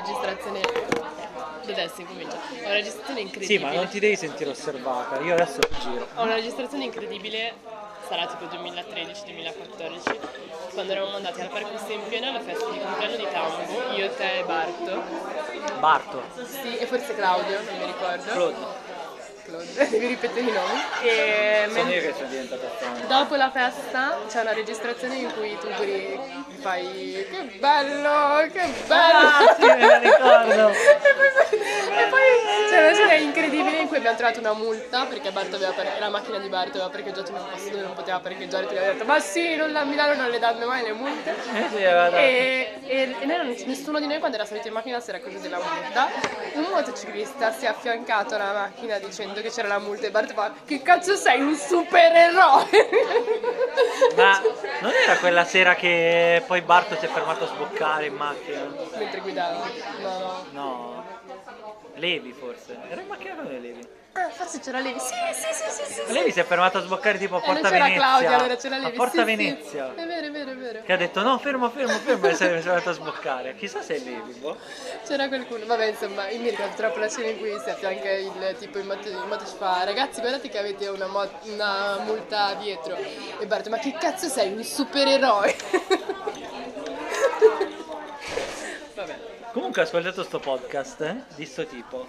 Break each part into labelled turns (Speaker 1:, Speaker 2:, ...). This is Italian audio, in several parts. Speaker 1: registrazione adesso si comincia ho una registrazione
Speaker 2: Sì,
Speaker 1: incredibile
Speaker 2: ma non ti devi sentire osservata. Io adesso giro.
Speaker 1: ho una registrazione incredibile sarà tipo 2013-2014 quando eravamo andati al parco Sempione alla festa di compleanno di Tambo io, te e Barto
Speaker 2: Barto.
Speaker 1: sì, e forse Claudio non mi ricordo
Speaker 2: Claude.
Speaker 1: Claude devi ripetere i nomi e
Speaker 2: Sono
Speaker 1: men-
Speaker 2: io che sono diventato strano.
Speaker 1: Dopo la festa c'è una registrazione in cui tu gri- fai che bello, che bello!
Speaker 2: Ah, sì, me la ricordo.
Speaker 1: e poi, e poi c'è una scena incredibile in cui abbiamo trovato una multa perché Barto aveva par- la macchina di Barto aveva parcheggiato in un posto dove non poteva parcheggiare, ti aveva detto ma sì, non la- a Milano non le danno mai le multe.
Speaker 2: Eh sì, guarda.
Speaker 1: E, e- e noi non- nessuno di noi quando era salito in macchina si era accorto della multa. Un motociclista si è affiancato alla macchina dicendo che c'era la multa e Bart fa che cazzo sei un supereroe?
Speaker 2: Ma non era quella sera che poi Barto si è fermato a sboccare in macchina?
Speaker 1: Mentre guidava. No, no.
Speaker 2: No. Levi forse. Era in macchina con Levi.
Speaker 1: Ah, forse c'era Levi. Sì, sì, sì, sì, sì. sì.
Speaker 2: Levi si è fermato a sboccare tipo a
Speaker 1: Eh, non
Speaker 2: Porta
Speaker 1: c'era
Speaker 2: Venezia.
Speaker 1: Claudia, allora c'era Levi.
Speaker 2: A Porta
Speaker 1: Sì, sì.
Speaker 2: Venezia.
Speaker 1: È vero, è vero, è vero.
Speaker 2: Che ha detto no, fermo, fermo, fermo e si è andato a sboccare. Chissà se è Levi, boh.
Speaker 1: C'era qualcuno, vabbè insomma, io mi ricordo troppo la scena in cui si affianca il tipo in moto, in moto ci fa ragazzi guardate che avete una, mo- una multa dietro e Bart ma che cazzo sei un supereroe? vabbè,
Speaker 2: Comunque ho ascoltato sto podcast eh, di sto tipo.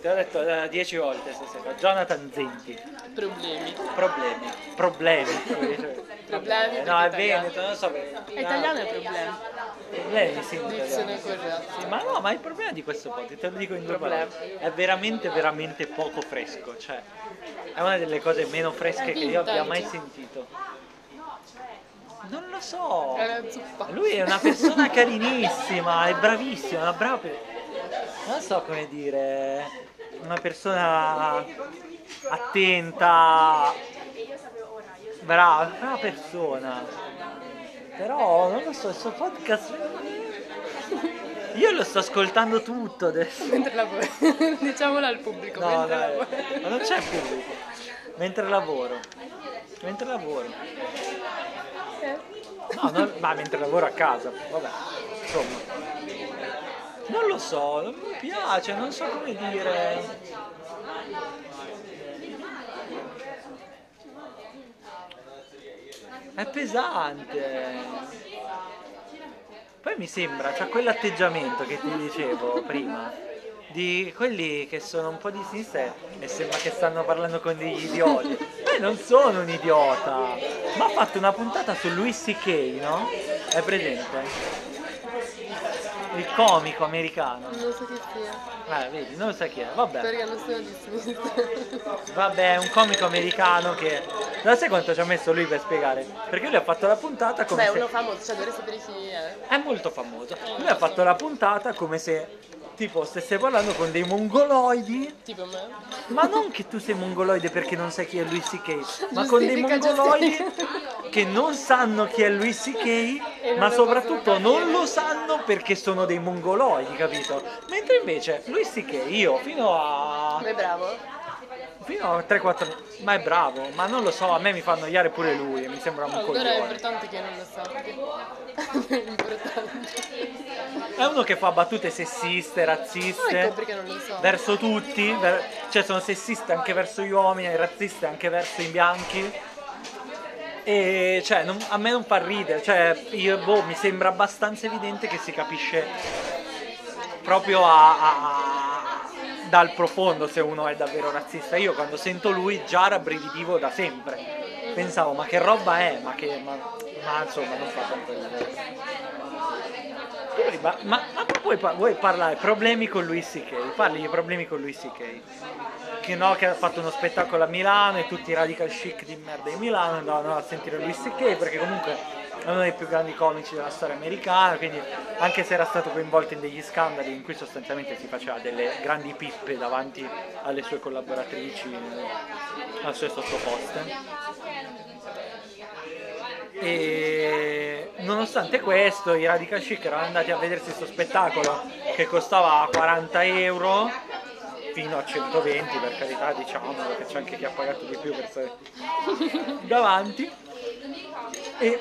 Speaker 2: Te l'ho detto eh, dieci volte stasera. Jonathan Zenti.
Speaker 1: problemi.
Speaker 2: Problemi. Problemi. Problemi. No, è
Speaker 1: perché è italiano.
Speaker 2: Veneto, non so perché.
Speaker 1: È italiano il problema,
Speaker 2: Problemi, sì. in
Speaker 1: dizione
Speaker 2: italiano.
Speaker 1: corretta.
Speaker 2: Ma no, ma il problema di questo podcast, te lo dico in due parole, è veramente, veramente poco fresco. Cioè, è una delle cose meno fresche che io abbia mai sentito. Non lo so.
Speaker 1: È una zuppa.
Speaker 2: Lui è una persona carinissima, è bravissima, una brava per- Non so come dire. Una persona attenta. Brava, brava persona. Però non lo so, il suo podcast. Io lo sto ascoltando tutto adesso.
Speaker 1: Mentre lavora, diciamolo al pubblico,
Speaker 2: No,
Speaker 1: mentre
Speaker 2: dai,
Speaker 1: lavora.
Speaker 2: ma non c'è pubblico. Mentre lavoro. Mentre lavoro. No, non- ma mentre lavoro a casa, vabbè, insomma. Non lo so, non mi piace, non so come dire. È pesante. Poi mi sembra, c'ha quell'atteggiamento che ti dicevo prima, di quelli che sono un po' di sinistra e sembra che stanno parlando con degli idioti. Io non sono un idiota, ma ha fatto una puntata su Louis C.K., no? È presente? Il comico americano.
Speaker 1: Non so che sia,
Speaker 2: Eh, vedi, non sa chi è, vabbè.
Speaker 1: perché non sono di sinistra.
Speaker 2: Vabbè, è un comico americano che... Non sai quanto ci ha messo lui per spiegare? Perché lui ha fatto la puntata come
Speaker 1: Beh,
Speaker 2: se...
Speaker 1: uno famoso, cioè dovrei sapere chi è.
Speaker 2: È molto famoso. Lui ha fatto la puntata come se tipo stesse parlando con dei mongoloidi.
Speaker 1: Tipo me.
Speaker 2: Ma non che tu sei mongoloide perché non sai chi è Luis C.K., ma con dei
Speaker 1: Giustifica,
Speaker 2: mongoloidi
Speaker 1: giustifica.
Speaker 2: che non sanno chi è Luis
Speaker 1: E
Speaker 2: C.K.,
Speaker 1: non
Speaker 2: ma
Speaker 1: lo
Speaker 2: soprattutto
Speaker 1: possono
Speaker 2: non lo sanno perché sono dei mongoloidi, capito? Mentre invece Luis C.K. io fino a
Speaker 1: Ma è bravo?
Speaker 2: fino a 3-4 anni, ma è bravo, ma non lo so, a me mi fa annoiare pure lui, e mi sembra un
Speaker 1: Allora è
Speaker 2: coglione.
Speaker 1: importante che non lo sappia. È importante.
Speaker 2: È uno che fa battute sessiste, razziste.
Speaker 1: Ecco perché non lo so.
Speaker 2: verso tutti, ver- cioè sono sessiste anche verso gli uomini, e razziste anche verso i bianchi. E cioè, non- a me non fa ridere, cioè, io, boh, mi sembra abbastanza evidente che si capisce proprio a- a- dal profondo se uno è davvero razzista. Io quando sento lui già rabbrividivo da sempre. Pensavo, ma che roba è? Ma che. Ma, ma insomma, non fa tanto ridere. Tu vuoi par- Ma, ma tu vuoi, par- vuoi parlare problemi con Luis C.K.? Parli di problemi con Luis C.K. Che no, che ha fatto uno spettacolo a Milano e tutti i radical chic di merda di Milano andavano a sentire Luis C.K. perché comunque è uno dei più grandi comici della storia americana, quindi anche se era stato coinvolto in degli scandali in cui sostanzialmente si faceva delle grandi pippe davanti alle sue collaboratrici, eh, alle sue sottoposte. E nonostante questo, i Radical Chic erano andati a vedersi questo spettacolo che costava 40 euro fino a 120 per carità diciamo perché c'è anche chi ha pagato di più per stare davanti e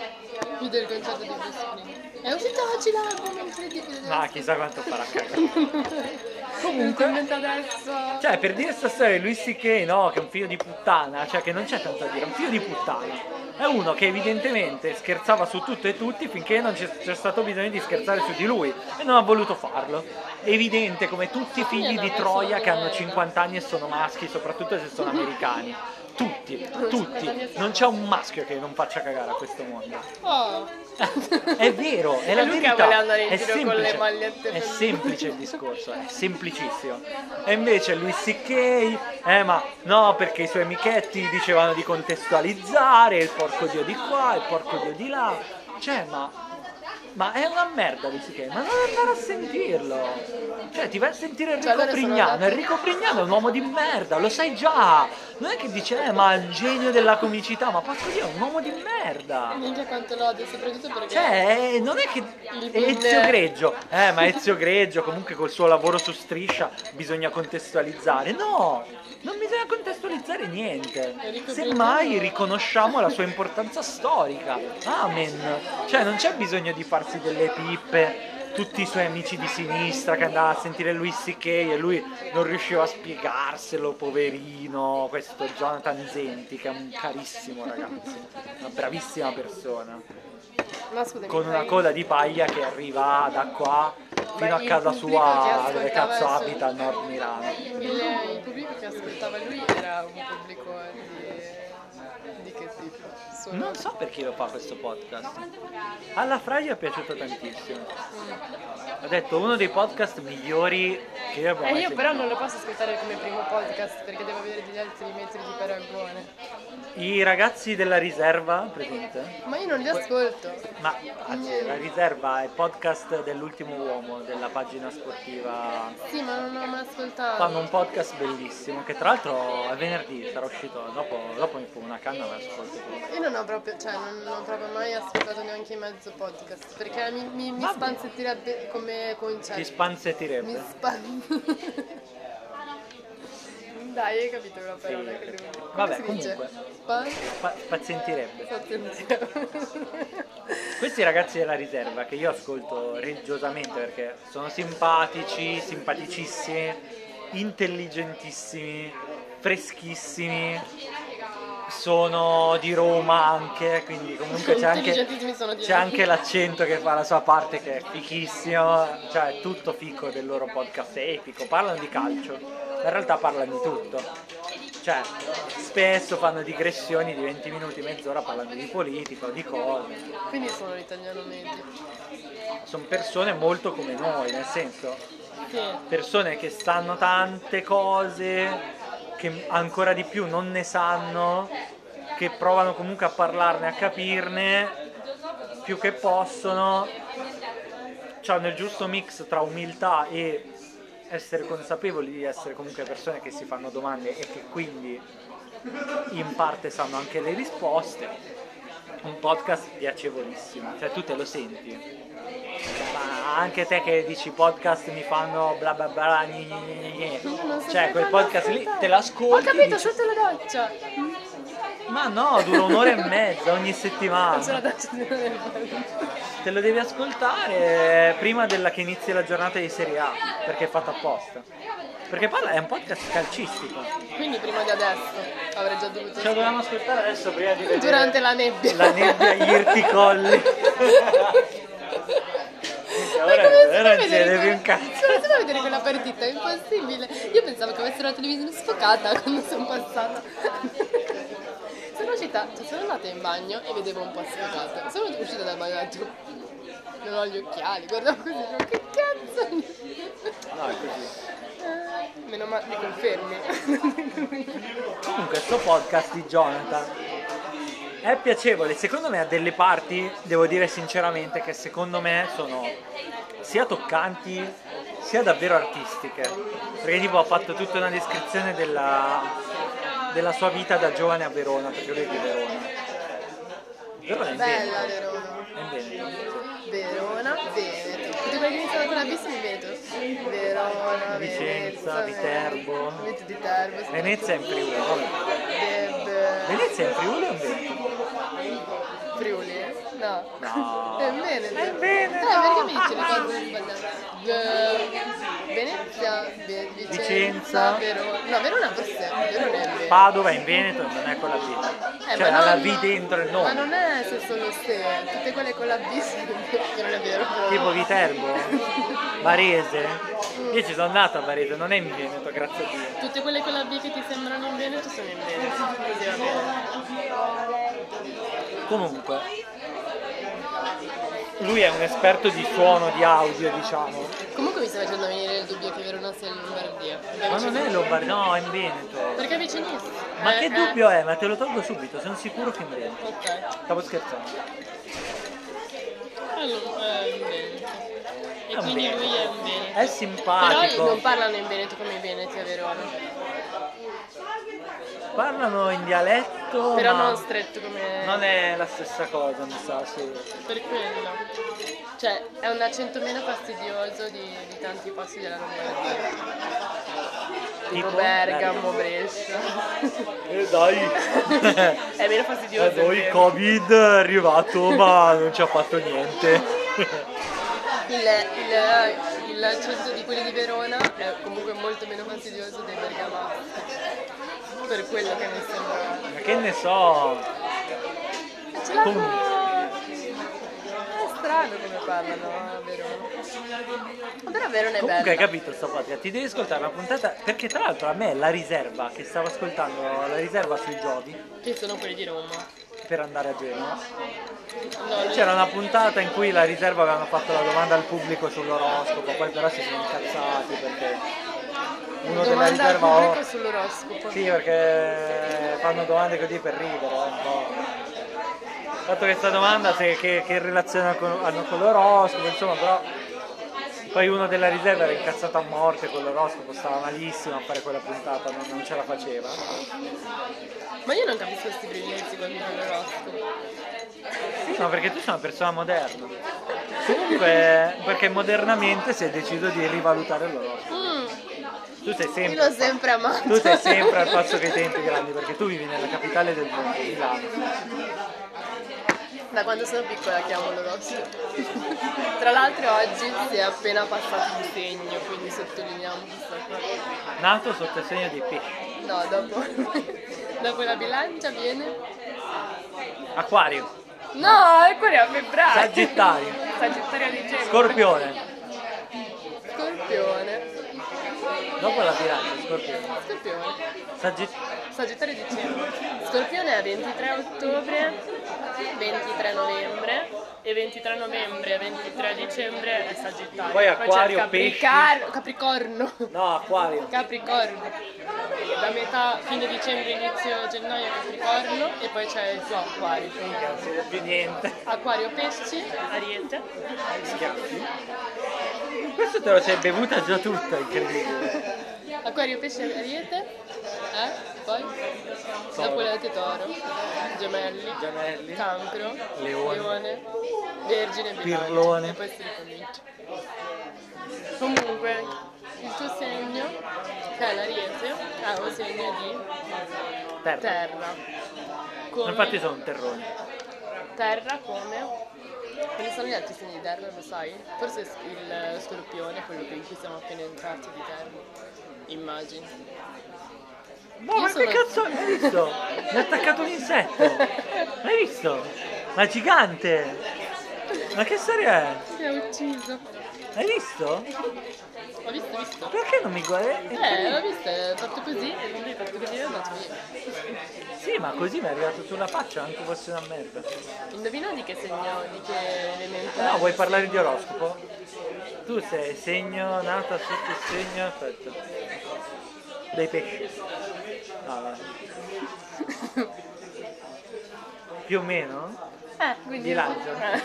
Speaker 1: Più del concerto di Bruce Springsteen. È uscito oggi l'album, incredibile.
Speaker 2: Ma chissà quanto farà cagare.
Speaker 1: Comunque. adesso.
Speaker 2: Cioè, per dire sta storia di Luis C.K., no, che è un figlio di puttana, cioè che non c'è tanto da dire, è un figlio di puttana. È uno che evidentemente scherzava su tutto e tutti finché non c'è, c'è stato bisogno di scherzare su di lui e non ha voluto farlo. È evidente come tutti i figli di Troia che hanno 50 anni e sono maschi, soprattutto se sono americani. Tutti, tutti. Non c'è un maschio che non faccia cagare a questo mondo.
Speaker 1: Oh.
Speaker 2: È vero, è la
Speaker 1: Luca
Speaker 2: verità.
Speaker 1: vuole andare in
Speaker 2: è
Speaker 1: giro con
Speaker 2: semplice,
Speaker 1: le magliette
Speaker 2: È
Speaker 1: per-
Speaker 2: semplice il discorso, è semplicissimo. E invece Luis C.K., eh ma no, perché i suoi amichetti dicevano di contestualizzare, il porco dio di qua, il porco dio di là. Cioè, ma... Ma è una merda Luis C.K., ma non andare a sentirlo. Cioè, ti vai a sentire Enrico
Speaker 1: Cioè, allora sono
Speaker 2: Prignano.
Speaker 1: andati-
Speaker 2: Enrico Prignano è un uomo di merda, lo sai già. Non è che dice, eh, ma è il genio della comicità, ma porco dio, è un uomo di merda.
Speaker 1: Minchia quanto l'odio, soprattutto perché.
Speaker 2: Cioè, non è che Ezio Greggio, eh, ma Ezio Greggio comunque col suo lavoro su striscia bisogna contestualizzare. No, non bisogna contestualizzare niente.
Speaker 1: Enrico
Speaker 2: Semmai
Speaker 1: Greggio-
Speaker 2: riconosciamo la sua importanza storica. Amen. Cioè, non c'è bisogno di farsi delle pippe. Tutti i suoi amici di sinistra che andavano a sentire lui C.K. e lui non riusciva a spiegarselo, poverino. Questo Jonathan Zenti, che è un carissimo ragazzo, una bravissima persona
Speaker 1: Ma scusami.
Speaker 2: con una
Speaker 1: dai.
Speaker 2: coda di paglia che arriva da qua
Speaker 1: Ma
Speaker 2: fino a
Speaker 1: il
Speaker 2: casa
Speaker 1: pubblico
Speaker 2: sua
Speaker 1: che ascoltava
Speaker 2: dove cazzo
Speaker 1: il suo-
Speaker 2: abita a nord Milano.
Speaker 1: Il, il pubblico che ascoltava lui era un pubblico di. di che tipo? Solo-
Speaker 2: Non so perché lo fa questo podcast. Alla Fra gli è piaciuto tantissimo. Ha detto uno dei podcast migliori che io abbia
Speaker 1: Eh,
Speaker 2: mai
Speaker 1: io
Speaker 2: sentito.
Speaker 1: però non lo posso ascoltare come primo podcast perché devo avere degli altri metri di paragone.
Speaker 2: I ragazzi della riserva, presente?
Speaker 1: Ma io non li ascolto.
Speaker 2: Ma anzi, la riserva è il podcast dell'ultimo uomo della pagina sportiva
Speaker 1: Sì, ma non ho mai ascoltato.
Speaker 2: fanno un podcast bellissimo che tra l'altro è venerdì sarà uscito dopo, dopo mi fumo una canna ma ascolto
Speaker 1: Io non ho proprio, cioè, non, non ho proprio mai ascoltato neanche i mezzo podcast perché mi, mi, mi
Speaker 2: Vabbè.
Speaker 1: spanzettirebbe come concetto.
Speaker 2: ti spanzettirebbe
Speaker 1: mi span... Dai, hai capito la parola che devo dire. Come
Speaker 2: Vabbè,
Speaker 1: si
Speaker 2: comunque.
Speaker 1: Dice? Span...
Speaker 2: Pa- pazientirebbe.
Speaker 1: Attenzione.
Speaker 2: Questi ragazzi della riserva che io ascolto religiosamente perché sono simpatici, simpaticissimi, intelligentissimi, freschissimi. Sono di Roma anche, quindi comunque c'è anche,
Speaker 1: Intelligentissimi sono di
Speaker 2: c'è
Speaker 1: Roma.
Speaker 2: anche l'accento che fa la sua parte che è fichissimo, cioè è tutto fico del loro podcast, è epico, parlano di calcio, ma in realtà parlano di tutto. Cioè, spesso fanno digressioni di 20 minuti, mezz'ora parlando di politica o di cose.
Speaker 1: Quindi sono l'italiano medio.
Speaker 2: Sono persone molto come noi, nel senso,
Speaker 1: Sì.
Speaker 2: persone che sanno tante cose, che ancora di più non ne sanno, che provano comunque a parlarne, a capirne più che possono. Hanno il giusto mix tra umiltà e essere consapevoli di essere comunque persone che si fanno domande e che quindi in parte sanno anche le risposte. Un podcast piacevolissimo, cioè tu te lo senti. Ma anche te che dici podcast mi fanno bla bla bla, gni, gni, gni, gni,
Speaker 1: Io
Speaker 2: gni.
Speaker 1: non so
Speaker 2: cioè
Speaker 1: se
Speaker 2: quel
Speaker 1: fanno
Speaker 2: podcast lì
Speaker 1: ascoltare.
Speaker 2: te l'ascolti.
Speaker 1: Ho capito,
Speaker 2: dici,
Speaker 1: sotto la doccia.
Speaker 2: Ma no, dura un'ora e mezza ogni
Speaker 1: Sotto la
Speaker 2: settimana.
Speaker 1: doccia di Leonardo.
Speaker 2: Te lo devi ascoltare prima della che inizi la giornata di Serie A, perché è fatto apposta. Perché parla, è un podcast calcistico.
Speaker 1: Quindi prima di adesso avrei già dovuto
Speaker 2: Ce lo dovevamo ascoltare adesso prima di vedere
Speaker 1: durante la nebbia.
Speaker 2: la nebbia gli irticolli.
Speaker 1: Ma
Speaker 2: Ora-
Speaker 1: come si
Speaker 2: ora
Speaker 1: fa a
Speaker 2: non si
Speaker 1: vedere
Speaker 2: vede più
Speaker 1: quella-
Speaker 2: un cazzo.
Speaker 1: Cioè, non si fa a vedere quella partita, è impossibile. Io pensavo che avessero la televisione sfocata quando sono passata. Sono uscita, cioè, sono andata in bagno e vedevo un po' sfocata. Sono uscita dal bagno e ho detto, non ho gli occhiali, guardavo così, dicevo, che cazzo.
Speaker 2: No, è così.
Speaker 1: Eh, Meno male, mi confermi.
Speaker 2: Comunque, sto podcast di Jonathan è piacevole. Secondo me ha delle parti, devo dire sinceramente, che secondo me sono sia toccanti sia davvero artistiche. Perché tipo ha fatto tutta una descrizione della, della sua vita da giovane a Verona, perché lui è di Verona. Verona è in Veneto.
Speaker 1: Bella Verona.
Speaker 2: È in
Speaker 1: Verona,
Speaker 2: Veneto. sì.
Speaker 1: Veneto. Tutti quelli che iniziano con la bis sono in Veneto. Verona,
Speaker 2: Vicenza,
Speaker 1: Venezia,
Speaker 2: Viterbo.
Speaker 1: Vit- Viterbo. sì.
Speaker 2: Venezia è in Friuli, vabbè.
Speaker 1: Deb-
Speaker 2: Venezia è in Friuli o in Veneto?
Speaker 1: Friuli? No.
Speaker 2: No.
Speaker 1: È in Veneto.
Speaker 2: È in Veneto.
Speaker 1: Eh, perché mi dici le cose sbagliate? Eh, Venezia, Ve- Vicenza,
Speaker 2: Vicenza.
Speaker 1: Verona. No, Verona forse è, Verona è in Veneto.
Speaker 2: Padova è in Veneto e non è con la V.
Speaker 1: Eh,
Speaker 2: cioè
Speaker 1: ma
Speaker 2: ha la
Speaker 1: non-
Speaker 2: V dentro
Speaker 1: Ma
Speaker 2: il nome.
Speaker 1: non è se solo se, tutte quelle con la B sono- che non è vero. però-
Speaker 2: Tipo Viterbo, Varese. Io ci sono andato a Varese, non è in Veneto, grazie a Dio.
Speaker 1: Tutte quelle con la B che ti sembrano in Veneto sono in Veneto. Così va bene.
Speaker 2: Comunque, lui è un esperto di suono, di audio, diciamo.
Speaker 1: Comunque mi sta facendo venire il dubbio che Verona sia in Lombardia. Perché è
Speaker 2: Ma non è
Speaker 1: vicinissimo.
Speaker 2: Lombardia, no, è in Veneto.
Speaker 1: Perché è vicinissimo.
Speaker 2: Ma
Speaker 1: Eh,
Speaker 2: che
Speaker 1: eh.
Speaker 2: dubbio è? Ma te lo tolgo subito, sono sicuro che è in Veneto.
Speaker 1: Ok.
Speaker 2: Stavo scherzando.
Speaker 1: Allora, eh, in Veneto. E
Speaker 2: È un
Speaker 1: quindi
Speaker 2: Veneto.
Speaker 1: lui è in Veneto.
Speaker 2: È
Speaker 1: Però non
Speaker 2: simpatico.
Speaker 1: parlano in Veneto come i Veneti a Verona.
Speaker 2: Parlano in dialetto,
Speaker 1: Però
Speaker 2: Oh, ma
Speaker 1: non stretto come.
Speaker 2: non è la stessa cosa, mi sa, sì.
Speaker 1: Per quello. Cioè, è un accento meno fastidioso di, di tanti posti della Lombardia. Tipo Bergamo, Brescia.
Speaker 2: E Eh, dai!
Speaker 1: è meno fastidioso.
Speaker 2: E poi
Speaker 1: è
Speaker 2: Eh, boh, il
Speaker 1: vero.
Speaker 2: Covid è arrivato ma non ci ha fatto niente.
Speaker 1: Il, il, il accento di quelli di Verona è comunque molto meno fastidioso dei bergamaschi. Per quello che mi sembra.
Speaker 2: Ma che ne so,
Speaker 1: Ce l'hanno-
Speaker 2: Comunque.
Speaker 1: È strano come parlano a Verona. Però Verona è
Speaker 2: comunque
Speaker 1: bella.
Speaker 2: hai capito sto podcast, ti devi ascoltare una puntata, perché tra l'altro a me la riserva, che stavo ascoltando la riserva sui giochi
Speaker 1: Che sono quelli di Roma.
Speaker 2: per andare a Genova,
Speaker 1: No, lui-
Speaker 2: c'era una puntata in cui la riserva avevano fatto la domanda al pubblico sull'oroscopo, poi però si sono incazzati perché uno della
Speaker 1: domanda al
Speaker 2: riserva...
Speaker 1: pubblico sull'oroscopo.
Speaker 2: Sì, perché fanno domande così per ridere, eh, un po'. Fatto questa domanda se, che, che relazione con- hanno con l'oroscopo, insomma, però poi uno della riserva era incazzato a morte con l'oroscopo, stava malissimo a fare quella puntata, non, non ce la faceva.
Speaker 1: Ma io non capisco questi privilegi quando fanno l'oroscopo.
Speaker 2: No, perché tu sei una persona moderna. Comunque, perché modernamente si è deciso di rivalutare l'oroscopo.
Speaker 1: Mm,
Speaker 2: Tu sei
Speaker 1: io l'ho
Speaker 2: sempre...
Speaker 1: sempre amato.
Speaker 2: Tu sei sempre al passo che i tempi grandi, perché tu vivi nella capitale del mondo, Milano.
Speaker 1: Da quando sono piccola chiamo l'oroscopo. Tra l'altro oggi si è appena passato un segno, quindi sottolineiamo questa cosa.
Speaker 2: Nato sotto il segno dei pesci.
Speaker 1: No, dopo. dopo la bilancia viene.
Speaker 2: Aquario.
Speaker 1: No, è quello a febbraio.
Speaker 2: Sagittario.
Speaker 1: Sagittario di Gemini.
Speaker 2: Scorpione.
Speaker 1: Scorpione.
Speaker 2: Dopo la bilancia, scorpione.
Speaker 1: Scorpione.
Speaker 2: Sagittario.
Speaker 1: Sagittario dicembre. Scorpione è 23 ottobre, 23 novembre e 23 novembre e 23 dicembre è Sagittario.
Speaker 2: Poi
Speaker 1: c'è
Speaker 2: Acquario,
Speaker 1: Capricar- Capricorno.
Speaker 2: No, acquario.
Speaker 1: Capricorno. Da metà fine dicembre inizio gennaio Capricorno e poi c'è il suo Acquario.
Speaker 2: Minchia, non si vede più niente.
Speaker 1: Acquario pesci, Ariete.
Speaker 2: Questo te lo sei bevuta già tutta, incredibile.
Speaker 1: Acquario pesci Ariete. Eh? Poi?
Speaker 2: Toro.
Speaker 1: Dopo l'Ate Toro. Gemelli.
Speaker 2: Gianelli.
Speaker 1: Cancro,
Speaker 2: Leone.
Speaker 1: Vergine, Bilancia.
Speaker 2: Pirlone.
Speaker 1: E poi si ricomincia. Comunque, il tuo segno, che è l'ariete, è un segno di
Speaker 2: Terra.
Speaker 1: terra. Come
Speaker 2: Infatti sono un terrone.
Speaker 1: Terra come? Quali sono gli altri segni di terra, lo sai? Forse il scorpione, quello che- in cui siamo appena entrati di terra. Immagini.
Speaker 2: No, ma
Speaker 1: Io
Speaker 2: che
Speaker 1: sono-
Speaker 2: cazzo hai visto? Mi ha attaccato un insetto. L'hai visto? Ma è gigante. Ma che storia è?
Speaker 1: Si è ucciso.
Speaker 2: L'hai visto?
Speaker 1: Ho visto, ho visto.
Speaker 2: Perché non mi guardi?
Speaker 1: Eh, l'ho visto, è fatto così, lui è fatto così e è andato via.
Speaker 2: Sì, ma così mi è arrivato sulla faccia, anche fosse una merda.
Speaker 1: Indovina di che segno, di che elemento
Speaker 2: No, vuoi parlare di oroscopo? Tu sei segno nato sotto il segno, aspetta. Dei pesci. No, no. Più o meno?
Speaker 1: Eh, quindi...
Speaker 2: Bilancia.
Speaker 1: Eh.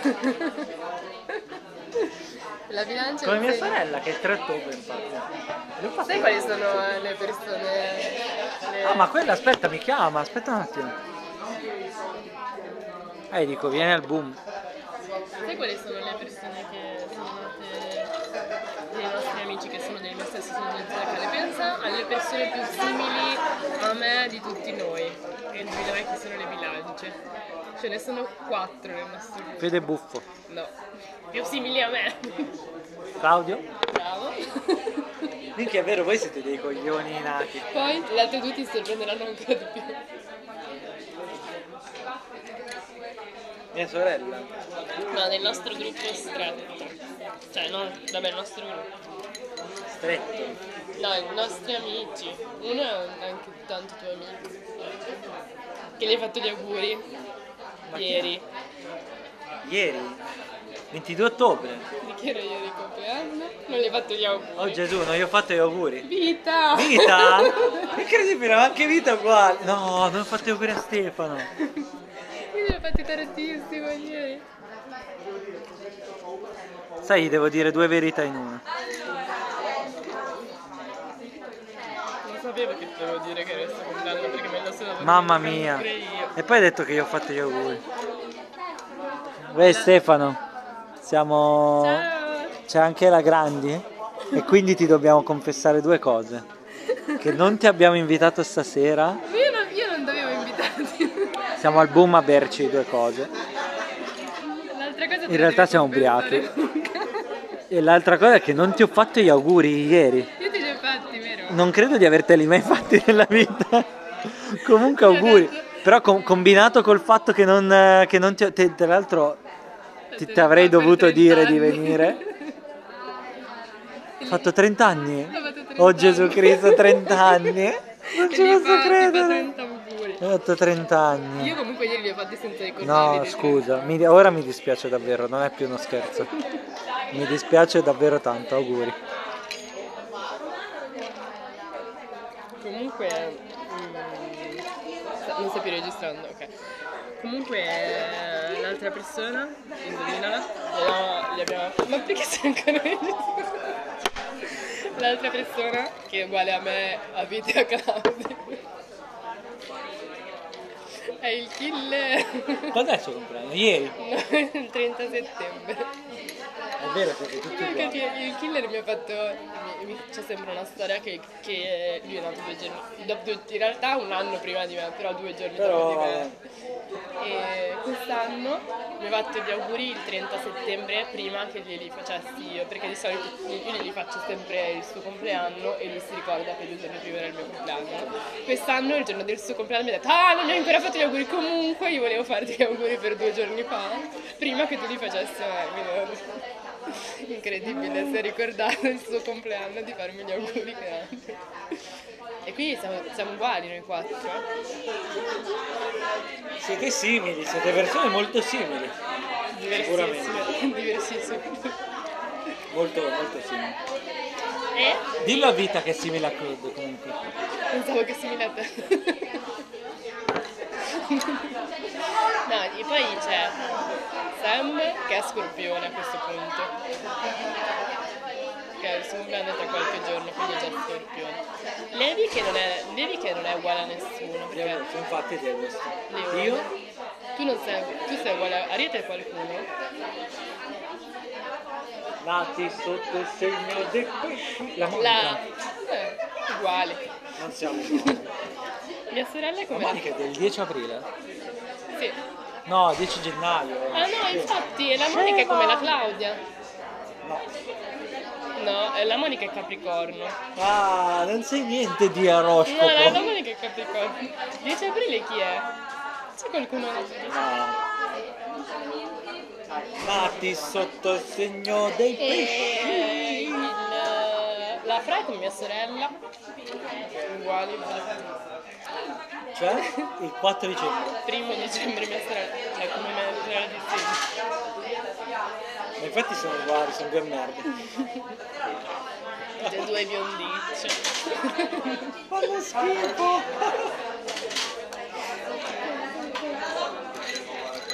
Speaker 1: La bilancia...
Speaker 2: Come
Speaker 1: è un
Speaker 2: mia
Speaker 1: segno-
Speaker 2: sorella che è 3 ottobre infatti. Le ho fatto-
Speaker 1: Sai quali sono eh, le persone... le-
Speaker 2: Ah ma quella aspetta mi chiama, aspetta un attimo. Eh dico, vieni al boom.
Speaker 1: Sai quali sono le persone che sono nate dei nostri amici che sono della mia stessa esigenza che ne pensa, alle persone più simili a me di tutti noi. E indovinare chi sono le bilance. Ce ne sono quattro nel nostro gruppo.
Speaker 2: Fede buffo.
Speaker 1: No, più simili a me.
Speaker 2: Claudio?
Speaker 1: Bravo.
Speaker 2: Minchia, è vero, voi siete dei coglioni nati.
Speaker 1: Poi le altre due ti sorprenderanno ancora di più.
Speaker 2: Mia sorella.
Speaker 1: No, nel nostro gruppo stretto. Cioè, no, vabbè, il nostro gruppo.
Speaker 2: Stretto.
Speaker 1: No, i nostri amici. Uno è un- anche tanto tuo amico. Che gli hai fatto gli auguri ieri.
Speaker 2: Ieri, 22 ottobre.
Speaker 1: Di che era ieri il compleanno? Non gli hai fatto gli auguri.
Speaker 2: Oh Gesù, non gli ho fatto gli auguri.
Speaker 1: Vita!
Speaker 2: Vita? Incredibile, ma anche Vita è uguale. No, non ho fatto gli auguri a Stefano.
Speaker 1: Quindi l'ho fatto tantissimo ieri.
Speaker 2: Sai, devo dire due verità in una.
Speaker 1: Non sapevo che ti dovevo dire che era il suo compleanno perché me lo sono
Speaker 2: Mamma
Speaker 1: dimenticato
Speaker 2: mia.
Speaker 1: pure io.
Speaker 2: E poi hai detto che gli ho fatto gli auguri. Uè Stefano, siamo...
Speaker 1: Ciao!
Speaker 2: C'è anche la Grandi e quindi ti dobbiamo confessare due cose. Che non ti abbiamo invitato stasera,
Speaker 1: Io non, io non dovevo invitarti.
Speaker 2: siamo al boom a berci due cose.
Speaker 1: L'altra cosa
Speaker 2: In realtà siamo ubriachi. E l'altra cosa è che non ti ho fatto gli auguri ieri.
Speaker 1: Io te li ho fatti, vero?
Speaker 2: Non credo di averteli mai fatti nella vita. Comunque auguri. Però com- combinato col fatto che non, eh, che non ti ho... te- tra l'altro ti, ti avrei dovuto dire di venire. Ho fatto 30 anni.
Speaker 1: Ho fatto 30
Speaker 2: Oh Gesù Cristo, 30 anni. Non
Speaker 1: E
Speaker 2: ci
Speaker 1: li
Speaker 2: posso
Speaker 1: fa- ti fa
Speaker 2: credere.
Speaker 1: 30 auguri.
Speaker 2: Ho fatto 30 anni.
Speaker 1: Io comunque ieri li ho fatti senza ricordarli.
Speaker 2: No,
Speaker 1: dei
Speaker 2: scusa, mi- ora mi dispiace davvero, non è più uno scherzo. Mi dispiace davvero tanto, auguri.
Speaker 1: tre. Comunque... mm, sa- Non sto più registrando, ok. Comunque eh, l'altra persona, indovinala, li abbiamo- li abbiamo... Ma perché stai ancora registrando? L'altra persona, che è uguale a me, a vita e a Claudio. È il killer.
Speaker 2: Quando è il suo compleanno? Ieri.
Speaker 1: il 30 settembre.
Speaker 2: È vero, siete tutti
Speaker 1: Perché il killer mi ha fatto. mi- mi- c'è sempre una storia che, che lui è nato due giorni. dopo due- in realtà un anno prima di me, però due giorni
Speaker 2: Però-
Speaker 1: dopo di me. E quest'anno mi ha fatto gli auguri il 30 settembre prima che glieli facessi io, perché di solito io glieli faccio sempre il suo compleanno e lui si ricorda che due giorni prima era il mio compleanno. Quest'anno il giorno del suo compleanno mi ha detto ah non mi hai ancora fatto gli auguri, comunque io volevo farti gli auguri per due giorni fa, prima che tu li facessi a me. quindi- Incredibile, si è ricordato il suo compleanno di farmi gli auguri grandi. E qui siamo, siamo uguali noi quattro.
Speaker 2: Siete simili, siete persone molto simili.
Speaker 1: Diversissime, diversissime.
Speaker 2: Molto, molto simili.
Speaker 1: Eh?
Speaker 2: Dillo a Vita che è simile a Claude comunque.
Speaker 1: Pensavo che simile a te. No, e poi c'è Sam che è scorpione a questo punto. Che è il suo compleanno tra qualche giorno, quindi è già scorpione. Levi che non è, Levi che non è uguale a nessuno, perché
Speaker 2: Sono fatti di agosto.
Speaker 1: Leone.
Speaker 2: Io?
Speaker 1: Tu non sei, tu sei uguale a Ariete e qualcuno?
Speaker 2: Nati sotto il segno dei pesci. La
Speaker 1: La...
Speaker 2: Monica.
Speaker 1: Eh, uguali.
Speaker 2: Non siamo uguali.
Speaker 1: Mia sorella è
Speaker 2: La
Speaker 1: come...
Speaker 2: Monica è del 10 aprile?
Speaker 1: Sì.
Speaker 2: No, 10 gennaio.
Speaker 1: Ah no, infatti, la Monica è come la Claudia.
Speaker 2: No.
Speaker 1: No, eh, la Monica è Capricorno.
Speaker 2: Ah, non sai niente di
Speaker 1: No, la, la
Speaker 2: oroscopo.
Speaker 1: Monica è Capricorno. 10 aprile chi è? C'è qualcuno?
Speaker 2: Eh. Nati sotto il segno dei
Speaker 1: Eh, il- la Fra è con mia sorella. Uguali.
Speaker 2: Cioè, il 4 dicembre.
Speaker 1: Primo dicembre mia sorella. Cioè, come mia sorella di sì.
Speaker 2: Ma infatti sono uguali, sono due merda.
Speaker 1: Tutte e due biondicce.
Speaker 2: Fanno schifo.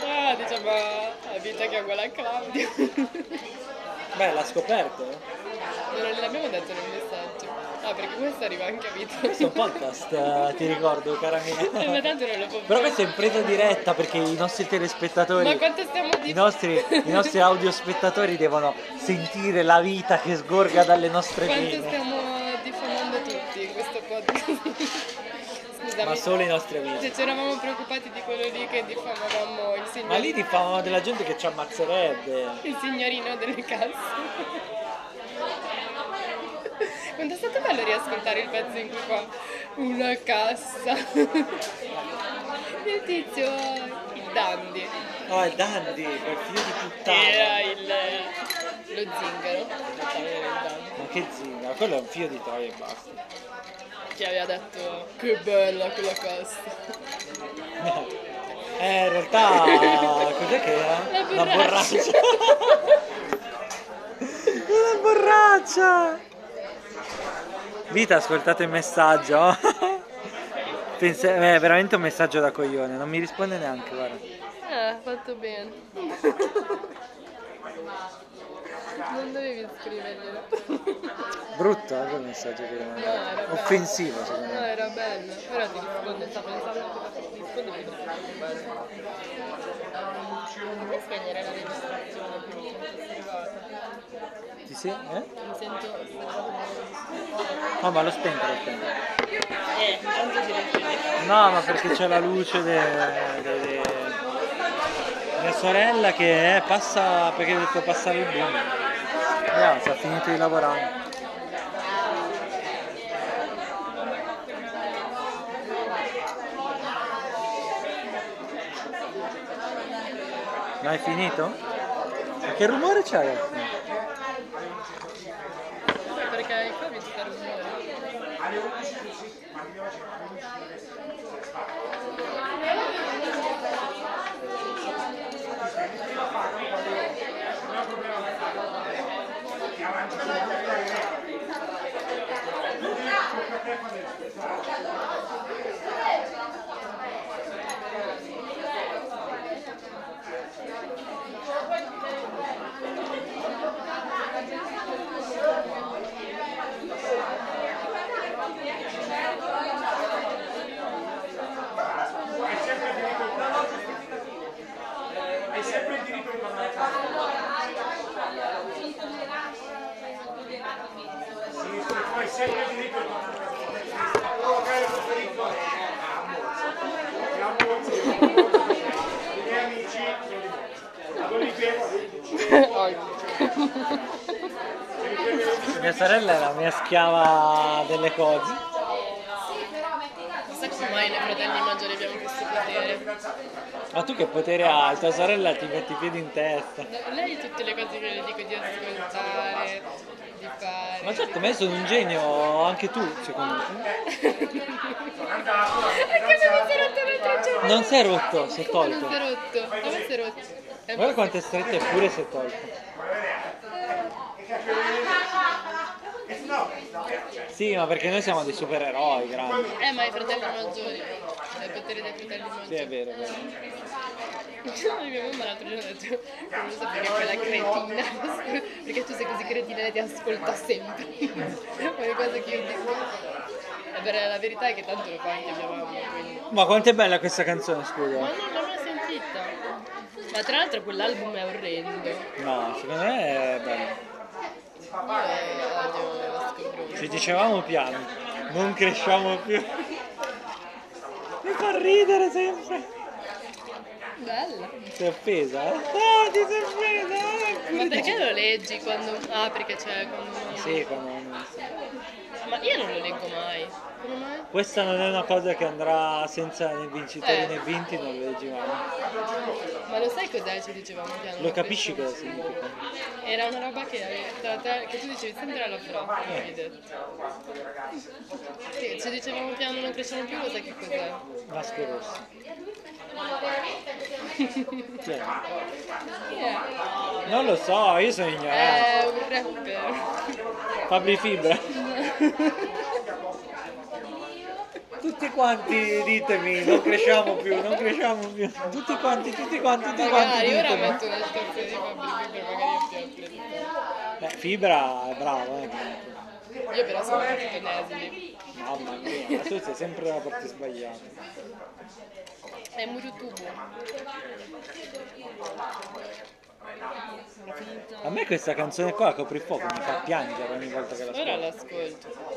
Speaker 1: Ah, diciamo, la vita che è uguale a Claudio.
Speaker 2: Beh, l'ha scoperto. eh.
Speaker 1: Non l'abbiamo detto nel messaggio. Ah, perché questo arriva anche a vita.
Speaker 2: Questo è un podcast, eh, ti ricordo, cara mia.
Speaker 1: Ma tanto non lo può
Speaker 2: Però questa è impresa diretta perché i nostri telespettatori,
Speaker 1: Ma quanto stiamo
Speaker 2: i
Speaker 1: di...
Speaker 2: nostri, i nostri audiospettatori devono sentire la vita che sgorga dalle nostre
Speaker 1: Quanto
Speaker 2: vene.
Speaker 1: stiamo diffamando tutti in questo podcast?
Speaker 2: Ma
Speaker 1: Scusami.
Speaker 2: solo i nostri amici.
Speaker 1: Cioè, ci eravamo preoccupati di quello lì che diffamavamo il, signor-
Speaker 2: Ma lì ti fa della gente che ci ammazzerebbe.
Speaker 1: il signorino delle casse. Quanto è stato bello riascoltare il pezzo in cui fa una cassa. Il tizio, il dandy,
Speaker 2: Oh, è Dandy, quel figlio di
Speaker 1: era
Speaker 2: puttana.
Speaker 1: il, lo zingaro, era il dandy,
Speaker 2: Ma che zinga, quello è un figlio di troia e basta.
Speaker 1: che aveva detto che bella quella cassa.
Speaker 2: Eh, in realtà, cos'è che era?
Speaker 1: La borraccia.
Speaker 2: Una borraccia! Vita, ha ascoltato il messaggio. Pensa- è veramente un messaggio da coglione, non mi risponde neanche, guarda.
Speaker 1: Ah, fatto bene. Non dovevi scriverglielo.
Speaker 2: Brutto anche il messaggio che gli ho
Speaker 1: No, era
Speaker 2: mandato.
Speaker 1: bello.
Speaker 2: Offensivo,
Speaker 1: No,
Speaker 2: secondo me.
Speaker 1: era bello. Ora ti risponde, sta pensando che ti risponde Puoi spegnere la registrazione?
Speaker 2: Ti si? Eh?
Speaker 1: Mi sento...
Speaker 2: Oh, ma l'ho spento, l'ho spento.
Speaker 1: Eh, tanto si riesce.
Speaker 2: No, ma perché c'è la luce de- de- de- mia sorella che eh, passa perché ha detto passare il boom. No, Ah, si è finito di lavorare. Ma è finito? Ma che rumore c'è adesso?
Speaker 1: Perché qua mi sta rumore. eh.
Speaker 2: Mia sorella è la mia schiava delle cose.
Speaker 1: Chissà come mai le fratelli maggiori abbiamo questo potere.
Speaker 2: Ma tu che potere hai? Tua sorella ti mette i piedi in testa.
Speaker 1: Lei tutte le cose che le dico di ascoltare, di fare.
Speaker 2: Ma certo, ma io sono un genio, anche tu, secondo me.
Speaker 1: Perché non mi si è rotto l'altro giorno?
Speaker 2: Non sei rotto, si è
Speaker 1: Come non
Speaker 2: tolto.
Speaker 1: si è rotto? Come si è rotto? Eh, È
Speaker 2: Guarda quanto è stretto eppure si è tolto. Sì, ma perché noi siamo dei supereroi, grandi.
Speaker 1: Eh, ma i fratelli maggiori, cioè il potere dei fratelli
Speaker 2: Sì, è
Speaker 1: maggiori.
Speaker 2: vero, è vero.
Speaker 1: Mia mamma l'altro giorno ha detto, non so perché quella cretina, perché tu sei così cretina e ti ascolta sempre. Una cosa che io dico. E per la verità è che tanto lo fa anche mia mamma, quindi.
Speaker 2: Ma quanto è bella questa canzone,
Speaker 1: Ma no,
Speaker 2: scusa.
Speaker 1: non l'ho sentita. Ma tra l'altro quell'album è orrendo. Io
Speaker 2: No, secondo me è bella.
Speaker 1: eh, odio lo scoprone.
Speaker 2: Ci dicevamo piano, non cresciamo più. Mi fa ridere sempre.
Speaker 1: Bella.
Speaker 2: Sei offesa? eh? Ah, ti sei offesa! eh?
Speaker 1: Ma perché lo leggi quando... Ah, perché c'è quando...
Speaker 2: Sì, come-
Speaker 1: Ma io non lo leggo mai. Come mai?
Speaker 2: Questa non è una cosa che andrà senza né vincitori
Speaker 1: Eh.
Speaker 2: né vinti, non lo leggi mai.
Speaker 1: Ma lo sai cos'è? Ci dicevamo che hanno
Speaker 2: Lo capisci cosa
Speaker 1: questo-
Speaker 2: significa?
Speaker 1: Era una roba che, avevi- tra- tra- che tu dicevi sempre alla frase,
Speaker 2: Eh.
Speaker 1: mi avevi detto. Sì, ci dicevamo piano non cresciamo più, lo sai che cos'è?
Speaker 2: Vasco rosso. Chi è? Non lo so, io sono ignorante.
Speaker 1: È un rapper. Eh.
Speaker 2: Fabri Fibra. Tutti quanti ditemi, non cresciamo più, non cresciamo più. Tutti quanti, tutti quanti, tutti quanti
Speaker 1: Magari ora
Speaker 2: ditemi.
Speaker 1: metto una situazione di Fabri Fibra, magari è più atletica.
Speaker 2: Eh, Fibra è bravo, eh. comunque.
Speaker 1: Io però sono tutte nesili.
Speaker 2: Mamma mia, ma tu sei sempre dalla parte sbagliata.
Speaker 1: È molto tubo.
Speaker 2: A me questa canzone qua, Coprifuoco, mi fa piangere ogni volta che la
Speaker 1: Ora
Speaker 2: ascolto.
Speaker 1: l'ascolto.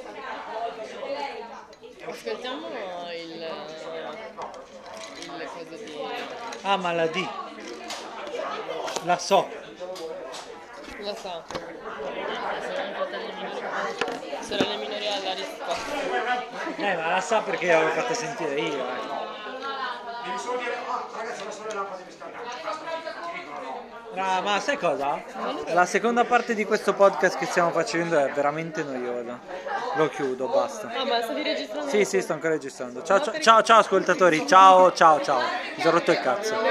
Speaker 1: Ascoltiamo il. il coso di.
Speaker 2: Ah, ma la D. La so.
Speaker 1: La sa. Sorelle minori alla risposta.
Speaker 2: Eh, ma la sa perché l'avevo fatta sentire io. eh.
Speaker 3: Devi solo dire, ah ragazzi la sorella la fatevi scaldare. Basta, ti dicono no.
Speaker 2: Ah, ma sai cosa? La seconda parte di questo podcast che stiamo facendo è veramente noiosa. Lo chiudo, basta.
Speaker 1: Ah, ma stavi registrando?
Speaker 2: Sì, sì, sto ancora registrando. Ciao, ciao, ciao, ciao ascoltatori. Ciao, ciao, ciao. Mi sono rotto il cazzo.